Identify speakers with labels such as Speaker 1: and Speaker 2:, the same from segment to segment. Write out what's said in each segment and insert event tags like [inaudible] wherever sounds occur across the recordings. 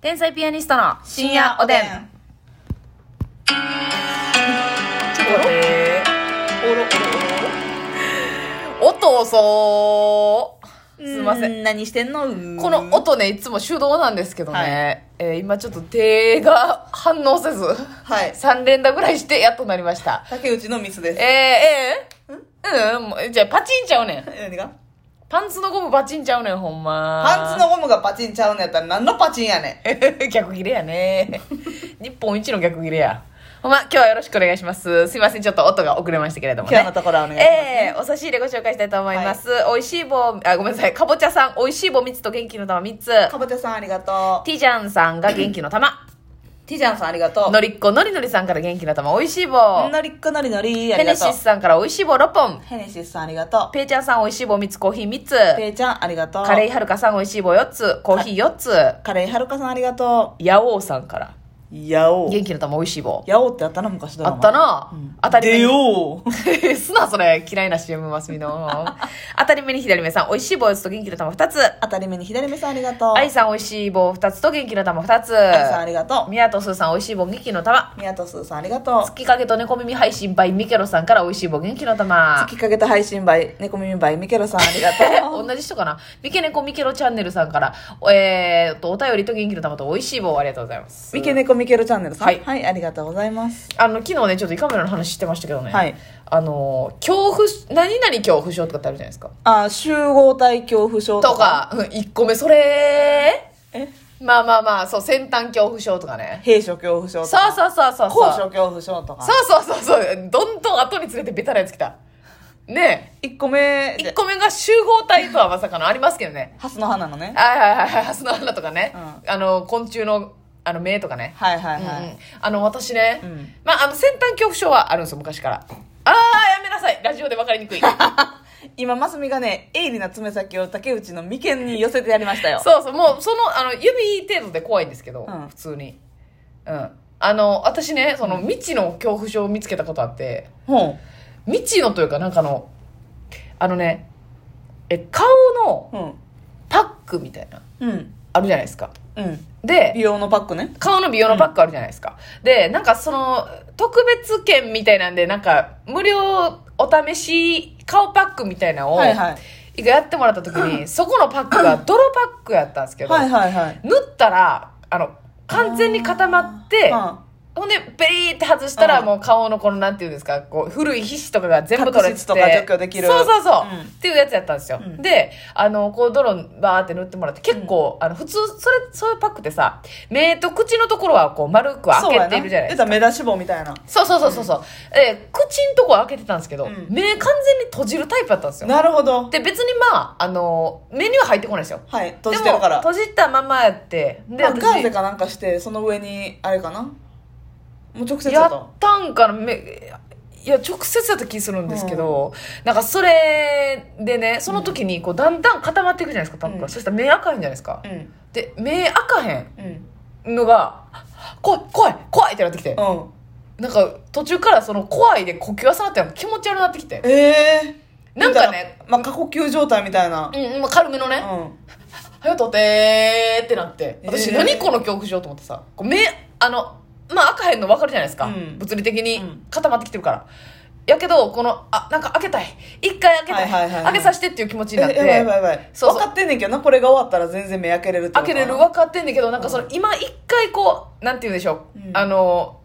Speaker 1: 天才ピアニストの深夜おでん。ちょっと待って
Speaker 2: おろおろ
Speaker 1: 音遅
Speaker 2: おろ
Speaker 1: ー。すいません。
Speaker 2: ん何してんのこ
Speaker 1: この音ね、いつも手動なんですけどね、えー今ちょっと手が反応せず、
Speaker 2: はい
Speaker 1: 3連打ぐらいしてやっとなりました。
Speaker 2: 竹内のミスで
Speaker 1: え
Speaker 2: す
Speaker 1: ー、えー、うん、もうじゃあパチンちゃうねん。
Speaker 2: 何が
Speaker 1: パンツのゴムパチンちゃうねん、ほんま。
Speaker 2: パンツのゴムがパチンちゃうのやったら何のパチンやね
Speaker 1: [laughs] 逆切れやね [laughs] 日本一の逆切れやほんま今日はよろしくお願いしますすいませんちょっと音が遅れましたけれど
Speaker 2: ん
Speaker 1: も
Speaker 2: 今日
Speaker 1: ね
Speaker 2: のところはお願いします、
Speaker 1: ええお差し入れご紹介したいと思います、おいしい棒あごめんなさいかぼちゃさんおいしい棒3つと元気の玉3つ
Speaker 2: かぼちゃさんありがとう
Speaker 1: ティジャンさんが元気の玉
Speaker 2: ティジャンさんありがとう
Speaker 1: のりっこのりのりさんから元気の玉おいしい棒
Speaker 2: のりっこのりのりあ
Speaker 1: ヘ
Speaker 2: り
Speaker 1: ネ
Speaker 2: がと
Speaker 1: シ
Speaker 2: う
Speaker 1: スさんからおいしい棒6本
Speaker 2: ヘネシスさんありがと
Speaker 1: ペイちゃんさんおいしい棒3つコーヒー3つ
Speaker 2: うペイちゃんありがとう
Speaker 1: カレイはるかさんおいしい棒4つコーヒー4つ
Speaker 2: カレイはるかさんありがと
Speaker 1: ヤオウさんから
Speaker 2: うやお
Speaker 1: 元気の玉おいしい棒
Speaker 2: やおってあったな昔ド
Speaker 1: あ
Speaker 2: ラマ
Speaker 1: ったな、当たり前に
Speaker 2: でよー
Speaker 1: すな、それ。嫌いな CM マスミの。 [laughs] 当たり目に左目さん、美味しい棒4つと元気の玉2つ。
Speaker 2: [laughs] 当たり目に左目さんありがとう
Speaker 1: 愛さん、美味しい棒2つと元気の玉2つ。
Speaker 2: 愛さんありがと
Speaker 1: 宮戸すーさん、美味しい棒元気の玉。
Speaker 2: う宮戸すーさんありがとう
Speaker 1: 月影と猫耳配信 by ミケロさんから美味しい棒元気の玉。
Speaker 2: きかけた配信バイ猫耳バイミケロさんありが
Speaker 1: [laughs]
Speaker 2: とう
Speaker 1: 同じ人かなミケネコミケロチャンネルさんから、えー、と、お便りと元気の玉と美味しい棒ありがとうございます。
Speaker 2: ミケネコミケロチャンネルさん
Speaker 1: はい
Speaker 2: ありがとうございます
Speaker 1: あの、昨日ね、ちょっと胃カメラの話してましたけどね。
Speaker 2: はい
Speaker 1: あの、恐怖し、何々恐怖症とかってあるじゃないですか。
Speaker 2: あ集合体恐怖症
Speaker 1: とか、うん、1個目、それ
Speaker 2: え
Speaker 1: まあまあまあ、そう、先端恐怖症とかね。
Speaker 2: 閉所恐怖症と
Speaker 1: そう
Speaker 2: か
Speaker 1: そうそうそう。
Speaker 2: 高所
Speaker 1: そう
Speaker 2: 恐怖症とか
Speaker 1: そうそうそう。どんどん後につれてベタなやつ来た。ね
Speaker 2: 1個目
Speaker 1: え。
Speaker 2: で
Speaker 1: 1個目が集合体とはまさかのありますけどね。
Speaker 2: ハスの花のね
Speaker 1: はいはいはいはい、ハスの花とかね。
Speaker 2: う
Speaker 1: あの、昆虫の、あの、目とかね。
Speaker 2: はいはい
Speaker 1: うんう
Speaker 2: は
Speaker 1: んあの、私ね、
Speaker 2: うん
Speaker 1: まあ、あの、先端恐怖症はあるんですよ、昔から。あー、やめなさい。ラジオでわかり
Speaker 2: [laughs]
Speaker 1: にくい。
Speaker 2: い今マスミがね鋭利な爪先を竹内の眉間に寄せてやりましたよ
Speaker 1: そうそう、もうその、あの、指程度で怖いんですけど、
Speaker 2: うん
Speaker 1: 普通に。うん。あの、私ね、その未知の恐怖症を見つけたことあって、
Speaker 2: ほ
Speaker 1: 未知のというか、なんかあの、あのね、え、顔の
Speaker 2: ううん
Speaker 1: パックみたいな、
Speaker 2: うん
Speaker 1: あるじゃないですか。
Speaker 2: うん美
Speaker 1: で、
Speaker 2: 容のパックね
Speaker 1: 顔の美容のパックあるじゃないですか。で、なんかその、特別券みたいなんで、なんか、無料お試し顔パックみたいなのを、
Speaker 2: はいはい
Speaker 1: 一回やってもらった時
Speaker 2: [laughs]
Speaker 1: に、そこのパックが泥パックやったんですけど、
Speaker 2: はいはいはい
Speaker 1: 塗ったらあの完全に固まって、
Speaker 2: う
Speaker 1: ほんでペリーって外したら、
Speaker 2: うん
Speaker 1: もう顔のこのなんていうんですかこう古い皮脂とかが全部取れて
Speaker 2: 角質とか除去できる
Speaker 1: そうそうそう、
Speaker 2: うん
Speaker 1: っていうやつやったんですよ、
Speaker 2: うん
Speaker 1: であのこう泥バーって塗ってもらって結構、あの普通それそういうパックってさ目と口のところはこう丸く
Speaker 2: んそう
Speaker 1: 開
Speaker 2: や
Speaker 1: けてるじゃないですか
Speaker 2: 出た目出し棒みたいな
Speaker 1: そうそうそうそうそう、え口んとこは開けてたんですけど、
Speaker 2: うん
Speaker 1: 目完全に閉じるタイプだったんですよ
Speaker 2: なるほど
Speaker 1: で別にまああの目には入ってこないですよ
Speaker 2: はい閉じてるから
Speaker 1: でも閉じたままやってで
Speaker 2: まあ、
Speaker 1: 私
Speaker 2: ガーゼかなんかしてその上にあれかなもう直接
Speaker 1: や
Speaker 2: や
Speaker 1: っ
Speaker 2: と
Speaker 1: たんかなめいや直接やった気するんですけど、なんかそれでねその時にこうだんだん固まっていくじゃないですかパックが、
Speaker 2: うん
Speaker 1: そしたら目赤いんじゃないですか、
Speaker 2: うん
Speaker 1: で目赤へ
Speaker 2: うん
Speaker 1: んのが「怖い怖い怖い!」ってなってきて、
Speaker 2: うん
Speaker 1: なんか途中からその「怖い」で呼吸が下がって気持ち悪くなってきて
Speaker 2: ええー、
Speaker 1: なんかね
Speaker 2: みたいなまあ過呼吸状態みたいな
Speaker 1: うん、まあ、軽めのね
Speaker 2: う
Speaker 1: 「
Speaker 2: ん
Speaker 1: はよとてー」ってなって私、
Speaker 2: えー
Speaker 1: 何この恐怖症と思ってさこう目あのまあ赤へんの分かるじゃないですか、
Speaker 2: うん
Speaker 1: 物理的に
Speaker 2: うん
Speaker 1: 固まってきてるから、やけどこのあなんか開けたい一回開けたい,、
Speaker 2: はいはいはいはい
Speaker 1: 開けさせてっていう気持ち
Speaker 2: え
Speaker 1: になって、
Speaker 2: やばいやばいやばい
Speaker 1: そうそう
Speaker 2: 分かってんねんけどなこれが終わったら全然目開けれるって
Speaker 1: 開けれる分かってんだけどなんかその、
Speaker 2: う
Speaker 1: 今一回こうなんて言うんでしょう、
Speaker 2: うん
Speaker 1: あの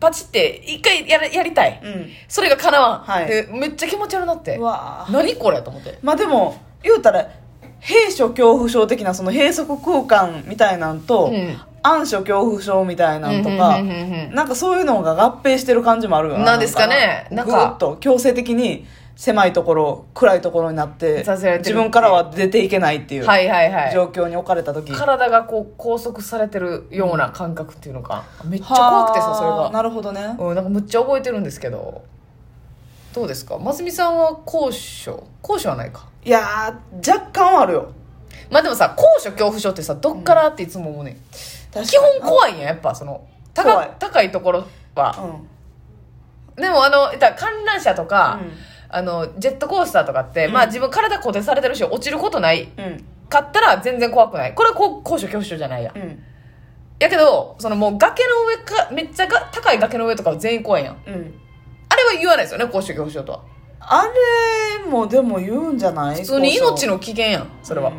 Speaker 1: パチって一回やれやりたい、
Speaker 2: うん
Speaker 1: それがかなわん、
Speaker 2: はい
Speaker 1: でめっちゃ気持ち悪なって
Speaker 2: うわー
Speaker 1: 何これと思って
Speaker 2: まあでも言うたら閉所恐怖症的なその閉塞空間みたいなんと、
Speaker 1: うん
Speaker 2: 暗所恐怖症みたいなんとか、
Speaker 1: うんうんうんうんうん
Speaker 2: なんかそういうのが合併してる感じもあるよな
Speaker 1: なんですかね
Speaker 2: な
Speaker 1: な
Speaker 2: ん
Speaker 1: んか
Speaker 2: かぐーっと強制的に狭いところ暗いところになって
Speaker 1: させられてるってい
Speaker 2: 自
Speaker 1: う
Speaker 2: 分からは出ていけないっていう
Speaker 1: はいはいはい
Speaker 2: 状況に置かれた時、
Speaker 1: 体がこう拘束されてるような感覚っていうのか、めっちゃ怖くてさそれ
Speaker 2: はあ
Speaker 1: が
Speaker 2: なるほどね
Speaker 1: うんなんかむっちゃ覚えてるんですけどどうですか真澄さんは高所高所はないか
Speaker 2: いやー若干はあるよ
Speaker 1: まあでもさ高所恐怖症ってさどっからっていつも思うねん、基本怖いんややっぱその
Speaker 2: 怖
Speaker 1: 高
Speaker 2: い
Speaker 1: 高いところは、
Speaker 2: うん
Speaker 1: でもあの言ったら観覧車とか、
Speaker 2: うん
Speaker 1: あのジェットコースターとかって、まあ自分体固定されてるし落ちることない
Speaker 2: うん
Speaker 1: かったら全然怖くないこれはこう高所恐怖症じゃないや
Speaker 2: うん
Speaker 1: やけど、そのもう崖の上か、めっちゃが高い崖の上とかは全員怖いやん。
Speaker 2: うん
Speaker 1: あれは言わないですよね、高所恐怖症とは。
Speaker 2: あれもでも言うんじゃない
Speaker 1: 普通に命
Speaker 2: の
Speaker 1: の危険やん、それは。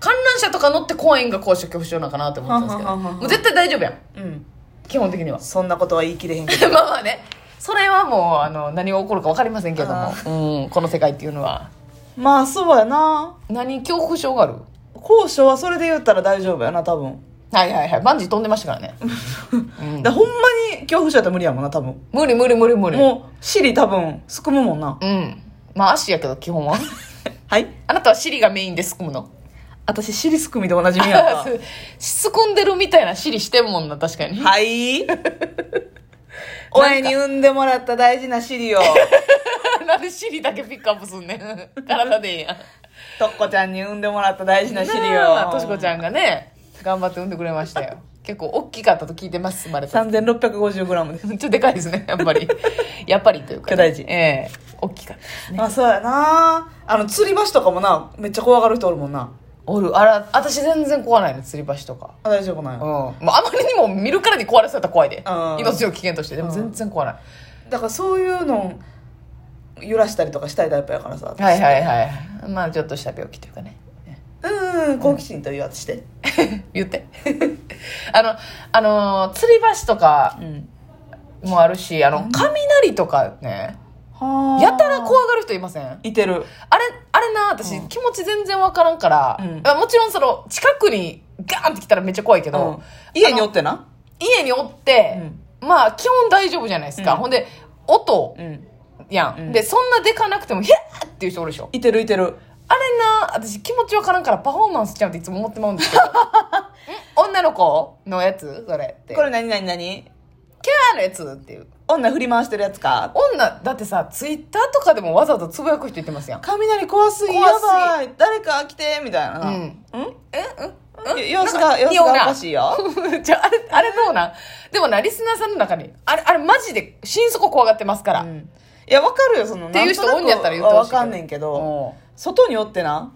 Speaker 1: 観覧車とか乗って公園が高所恐怖症なんかなって思ったんですけど
Speaker 2: ははははは
Speaker 1: もう絶対大丈夫やん
Speaker 2: うん
Speaker 1: 基本的には [laughs]
Speaker 2: そんなことは言い切れへんけど
Speaker 1: まあまあねそれはもうあの何が起こるか分かりませんけど
Speaker 2: あ
Speaker 1: も、うん、この世界っていうのは
Speaker 2: まあそうやな
Speaker 1: 何恐怖症がある
Speaker 2: 高所はそれで言ったら大丈夫やな多分
Speaker 1: はいはいはいバンジー飛んでましたからね、うん
Speaker 2: だからほんまに恐怖症やったら無理やもんな多分
Speaker 1: 無理無理無理無理う
Speaker 2: もう尻多分すくむもんなん
Speaker 1: まあ足やけど基本は [laughs]
Speaker 2: はい
Speaker 1: あなたは尻がメインですくむの
Speaker 2: 私尻すくみでおなじみや [laughs] った
Speaker 1: すくんでるみたいな尻してんもんな確かに
Speaker 2: はい [laughs] 親に産んでもらった大事な尻を
Speaker 1: [laughs] なんで尻だけピックアップすんね
Speaker 2: [laughs]
Speaker 1: ん体でええやん
Speaker 2: とっこちゃんに産んでもらった大事な尻
Speaker 1: なあ
Speaker 2: を
Speaker 1: としこちゃんがね頑張って産んでくれましたよ結構大きかったと聞いてます生まれた
Speaker 2: 3650g です
Speaker 1: ちょっとでかいですねやっぱ
Speaker 2: [laughs]
Speaker 1: りやっぱりというか、ね、
Speaker 2: 巨大児
Speaker 1: ええ大きかったですね
Speaker 2: まあそうやなあの吊り橋とかもなめっちゃ怖がる人おるもんな
Speaker 1: おるあら私全然怖ないの吊り橋とか
Speaker 2: あ大丈夫なん
Speaker 1: うん
Speaker 2: や
Speaker 1: もうあまりにも見るからに壊れそうやったら怖いで
Speaker 2: うん
Speaker 1: 命の危険としてでも全然怖ない、
Speaker 2: だからそういうの揺らしたりとかしたいタイプやからさ
Speaker 1: はいはいはいまあちょっとした病気というかね
Speaker 2: うん好奇心というやつして
Speaker 1: 言ってあのあの吊り橋とか
Speaker 2: うん
Speaker 1: もあるしあの雷とかね
Speaker 2: はあ
Speaker 1: やたら怖がる人いません
Speaker 2: いてる
Speaker 1: あれ、あれな、私、気持ち全然わからんから、
Speaker 2: うん
Speaker 1: あもちろんその、近くにガーンって来たらめっちゃ怖いけど、
Speaker 2: うん家におってな
Speaker 1: 家におって、まあ、基本大丈夫じゃないですか。
Speaker 2: うん
Speaker 1: ほんで、音
Speaker 2: うん
Speaker 1: やん,、
Speaker 2: うん
Speaker 1: で、そんなでかなくても、ヒャーっていう人おるでしょ。
Speaker 2: いてるいてる
Speaker 1: あれな、私気持ちわからんからパフォーマンスしちゃうっていつも思ってまうん
Speaker 2: [laughs]
Speaker 1: ですけど。ん女の子のやつそれって。
Speaker 2: これ何何何
Speaker 1: キャーのやつっていう。
Speaker 2: 女振り回してるやつか
Speaker 1: 女、だってさ、ツイッターとかでもわざわざつぶやく人言ってますやん。
Speaker 2: 雷怖すぎや
Speaker 1: 怖すぎ
Speaker 2: ばい誰か来てみたいな
Speaker 1: うん
Speaker 2: うん
Speaker 1: えうん
Speaker 2: 様子
Speaker 1: な
Speaker 2: が
Speaker 1: んか
Speaker 2: 様子がお
Speaker 1: 匂うな
Speaker 2: かしいよ
Speaker 1: [laughs] じゃあ、あれ、あれどうなんでもな、リスナーさんの中に、あれ、あれマジで心底怖がってますから。
Speaker 2: うんいやわかるよその
Speaker 1: っていう人
Speaker 2: なんとなく
Speaker 1: おんねやったら言ってほしいけど
Speaker 2: わかんねんけど
Speaker 1: おう
Speaker 2: 外におってな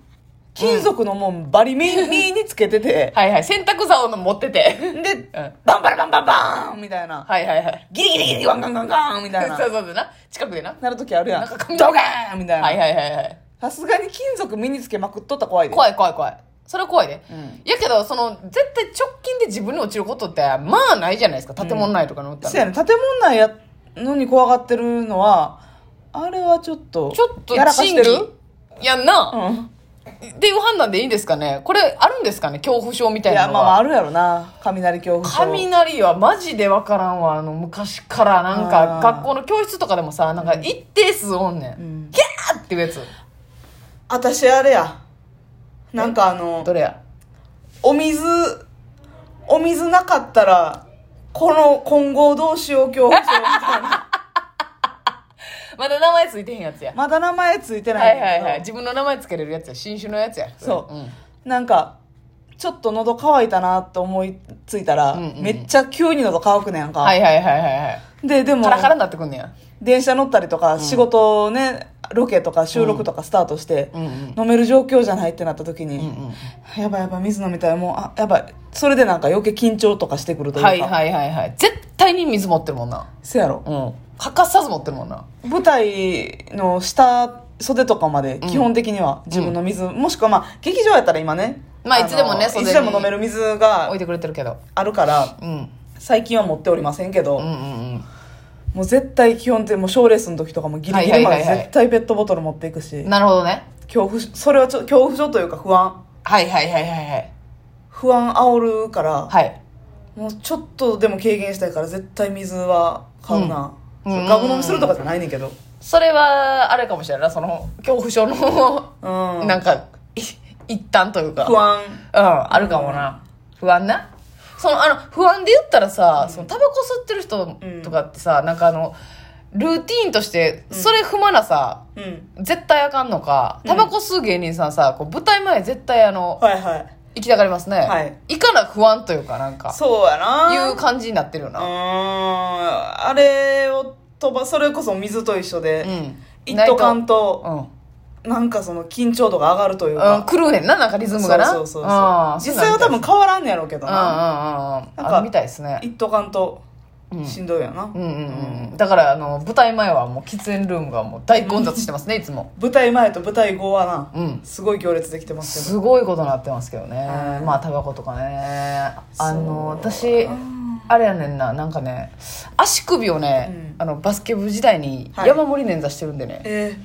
Speaker 2: 金属のもんバリ身身につけてて
Speaker 1: はいはい、洗濯竿の持ってて。
Speaker 2: で
Speaker 1: うん。はい
Speaker 2: バンバラバンバンバーンみたいな
Speaker 1: [laughs] はいはい。
Speaker 2: ギリギリギリワンガンガンガンみたいな
Speaker 1: そうそうそうな。近くでな。
Speaker 2: なるときあるやん
Speaker 1: なんか髪
Speaker 2: ドガーンみたい
Speaker 1: はい
Speaker 2: な
Speaker 1: はいはいはい。
Speaker 2: さすがに金属身につけまくっとったら怖いで
Speaker 1: 怖い怖い怖い。それは怖いね。
Speaker 2: うん
Speaker 1: やけど、その、絶対直近で自分に落ちることって、まあないじゃないですか。建物内とかにおった
Speaker 2: そう
Speaker 1: ら。
Speaker 2: やね建物内やのに怖がってるのはあれはちょっと
Speaker 1: ちょっと
Speaker 2: やらかし
Speaker 1: 審
Speaker 2: て
Speaker 1: 議
Speaker 2: る
Speaker 1: やんな、
Speaker 2: うん
Speaker 1: っていう判断でいいんですかねこれ、あるんですかね恐怖症みた
Speaker 2: い
Speaker 1: いな
Speaker 2: や
Speaker 1: の
Speaker 2: ま
Speaker 1: は。
Speaker 2: あまああるやろな雷恐怖症
Speaker 1: 雷はマジで分からんわあの昔からなん
Speaker 2: あ
Speaker 1: か
Speaker 2: ー
Speaker 1: 学校の教室とかでもさなんか一定数おんねん、
Speaker 2: ん
Speaker 1: キャーっていうやつ
Speaker 2: 私あれやなんかあの
Speaker 1: どれや
Speaker 2: お水お水なかったらこの混合どうしよう恐怖症みたいな
Speaker 1: まだ名前ついてへんやつや、
Speaker 2: まだ名前ついてな
Speaker 1: はいい
Speaker 2: ねんけど
Speaker 1: はいはい自分の名前つけれるやつや新種のやつや
Speaker 2: そう
Speaker 1: うん
Speaker 2: なんかちょっと喉乾いたなと思いついたら、
Speaker 1: うんうん
Speaker 2: めっちゃ急に喉乾くねやんか、
Speaker 1: はいはいはいはいはい
Speaker 2: ででも
Speaker 1: カラカラになってくんねや
Speaker 2: 電車乗ったりとか、仕事ねロケとか収録とかスタートして、
Speaker 1: うんうん
Speaker 2: 飲める状況じゃないってなった時に、
Speaker 1: うんうん
Speaker 2: やばいやばい水飲みたいもうあやばいそれでなんか余計緊張とかしてくるというか、
Speaker 1: はいはいはいはい絶対に水持ってるもんな
Speaker 2: せやろ
Speaker 1: うん欠かさず持ってるもんな
Speaker 2: 舞台の下袖とかまで基本的には自分の水、もしくはまあ劇場やったら今ね
Speaker 1: まあ
Speaker 2: の
Speaker 1: いつでもね袖
Speaker 2: い
Speaker 1: に
Speaker 2: つでも飲める水
Speaker 1: 置
Speaker 2: が
Speaker 1: いてくれてるけど
Speaker 2: あるから
Speaker 1: うん
Speaker 2: 最近は持っておりませんけど、
Speaker 1: うんうん
Speaker 2: もう絶対基本的にもう賞レースの時とかもギリギリま
Speaker 1: はいはいはい
Speaker 2: で
Speaker 1: はい
Speaker 2: 絶対ペットボトル持っていくし、
Speaker 1: うんなるほどね
Speaker 2: 恐怖それはちょ恐怖症というか不安
Speaker 1: はいはいはいはいはい
Speaker 2: 不安煽るから、
Speaker 1: はい
Speaker 2: もうちょっとでも軽減したいから絶対水は買うな、
Speaker 1: うん
Speaker 2: そう
Speaker 1: うん
Speaker 2: ガブ飲みするとかじゃないねんけど
Speaker 1: それはあれかもしれないなその恐怖症の
Speaker 2: うん
Speaker 1: なんかい一端というか
Speaker 2: 不安
Speaker 1: うんあるかもな、不安なそのあの不安で言ったらさ、そのタバコ吸ってる人とかってさ、なんかあのルーティーンとしてそれ踏まなさ、
Speaker 2: うん
Speaker 1: 絶対あかんのかタバコ吸う芸人さんさこう舞台前絶対あの、
Speaker 2: はいはい
Speaker 1: 行きたがりますね、
Speaker 2: はい
Speaker 1: い、かな不安というかなんか
Speaker 2: そうやな
Speaker 1: いう
Speaker 2: う
Speaker 1: 感じになってるよな
Speaker 2: ーんあれを飛ばそれこそ水と一緒
Speaker 1: う
Speaker 2: で、
Speaker 1: ん
Speaker 2: 一斗缶
Speaker 1: う
Speaker 2: と
Speaker 1: ん
Speaker 2: なんかその緊張度が上がるとい
Speaker 1: う
Speaker 2: う
Speaker 1: ん、
Speaker 2: か、
Speaker 1: 狂うへんな、なんかリズムがな。
Speaker 2: そうそうそうそう
Speaker 1: ああ
Speaker 2: 実際は多分、変わらんねやろうけど
Speaker 1: そう
Speaker 2: な
Speaker 1: なんだうんうんうんうん。
Speaker 2: なん
Speaker 1: あ
Speaker 2: か
Speaker 1: るみたいですね。
Speaker 2: 一斗缶と
Speaker 1: うん
Speaker 2: しんどいよな、
Speaker 1: うんうんうん、だからあの舞台前はもう喫煙ルームがもう大混雑してますねいつも
Speaker 2: 舞台前と舞台後はな、
Speaker 1: うん
Speaker 2: すごい行列できてますけど
Speaker 1: すごいことになってますけどね
Speaker 2: うん
Speaker 1: まあタバコとかねあの
Speaker 2: そう
Speaker 1: 私あれやねんななんかね足首をね、
Speaker 2: うん
Speaker 1: あのバスケ部時代に
Speaker 2: はい
Speaker 1: 山盛り捻挫してるんでね、
Speaker 2: え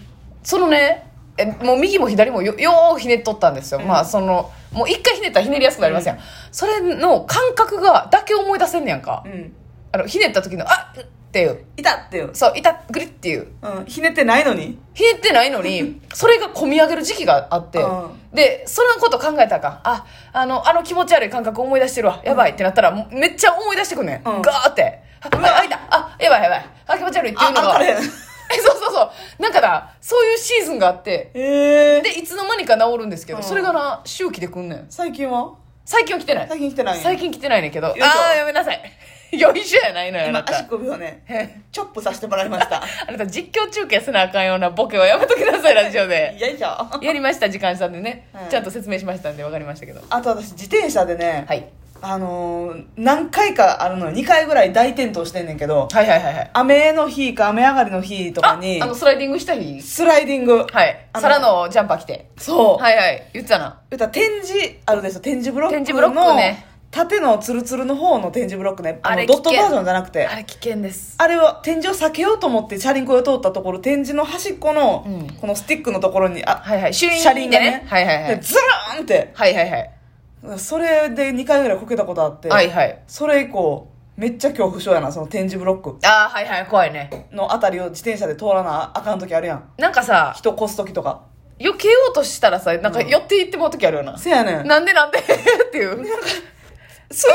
Speaker 1: そのねえもう右も左もよよーひねっとったんですよ、
Speaker 2: うん
Speaker 1: まあそのもう一回ひねったらひねりやすくなりますやん、それの感覚がだけ思い出せんねやんか、
Speaker 2: ーうん
Speaker 1: あのひねった時のあっっていう
Speaker 2: いたっていう、
Speaker 1: そう痛っぐりっていう
Speaker 2: うん、ひねってないのに
Speaker 1: ひねってないの
Speaker 2: [laughs]
Speaker 1: に、それが込み上げる時期があって
Speaker 2: うん、
Speaker 1: で、そのこと考えたらあかん。あ、あの、あの気持ち悪い感覚思い出してるわ。やばいってなったら、もうめっちゃ思い出してくんねん。
Speaker 2: うん
Speaker 1: ガーって。あ、あ、開いた。あ、やばいやばい。あ、気持ち悪いっていう
Speaker 2: あ
Speaker 1: の [laughs]
Speaker 2: あ
Speaker 1: が。
Speaker 2: かれへん
Speaker 1: そうそうそう。なんかな、そういうシーズンがあって、
Speaker 2: ええ
Speaker 1: で、いつの間にか治るんですけど、
Speaker 2: うん
Speaker 1: それがな、周期でくんねん。
Speaker 2: 最近は
Speaker 1: 最近は来てない
Speaker 2: 最。近来てないんや
Speaker 1: 最近来てないねんけど。あ
Speaker 2: いしょ
Speaker 1: ー、やめなさい。 [laughs] よいしょやないのよ、あ
Speaker 2: 今
Speaker 1: な
Speaker 2: 足
Speaker 1: た。
Speaker 2: 首をねチョップさせてもらい
Speaker 1: [laughs]
Speaker 2: ました
Speaker 1: あなた実況中継せなあかんようなボケはやめときなさい、ラジオで。
Speaker 2: よいしょあ
Speaker 1: やりました時間差でね、
Speaker 2: うん
Speaker 1: ちゃんと説明しましたんで分かりましたけど
Speaker 2: と私自転車でね、
Speaker 1: はい、
Speaker 2: あのー何回かあるのよ2回ぐらい大転倒してんねんけど
Speaker 1: はいはいはいはい
Speaker 2: 雨の日か雨上がりの日とか
Speaker 1: あ
Speaker 2: に
Speaker 1: あのスライディングした日
Speaker 2: スライディング、
Speaker 1: はい
Speaker 2: あの
Speaker 1: 皿のジャンパー着て
Speaker 2: そう、
Speaker 1: はいはい言ってたな
Speaker 2: 言うたら展示あるでしょ展示ブロックの
Speaker 1: 点字ブロックね
Speaker 2: 縦のツルツルの方の展示ブロックねあ
Speaker 1: あ
Speaker 2: の
Speaker 1: れ
Speaker 2: ドット
Speaker 1: 危
Speaker 2: バ
Speaker 1: 険
Speaker 2: ージョンじゃなくて
Speaker 1: あれ危険です
Speaker 2: あれは展示を避けようと思ってチャリンコを通ったところ展示の端っこの、
Speaker 1: うん
Speaker 2: このスティックのところにあ
Speaker 1: はいはいシュイーン
Speaker 2: 車輪が
Speaker 1: で
Speaker 2: ね
Speaker 1: ねはいはいはい
Speaker 2: でズルーンって
Speaker 1: はいはいはい
Speaker 2: それで2回ぐらいこけたことあって、
Speaker 1: はいはい
Speaker 2: それ以降めっちゃ恐怖症やなその展示ブロック
Speaker 1: あーはいはい怖いね
Speaker 2: のあたりを自転車で通らなあかん時あるやん
Speaker 1: なんかさ
Speaker 2: 人越す時とか
Speaker 1: 避けようと [laughs] したらさなんか寄っていってもらう時あるよな、
Speaker 2: せやねん
Speaker 1: なんでなんでっていう
Speaker 2: そう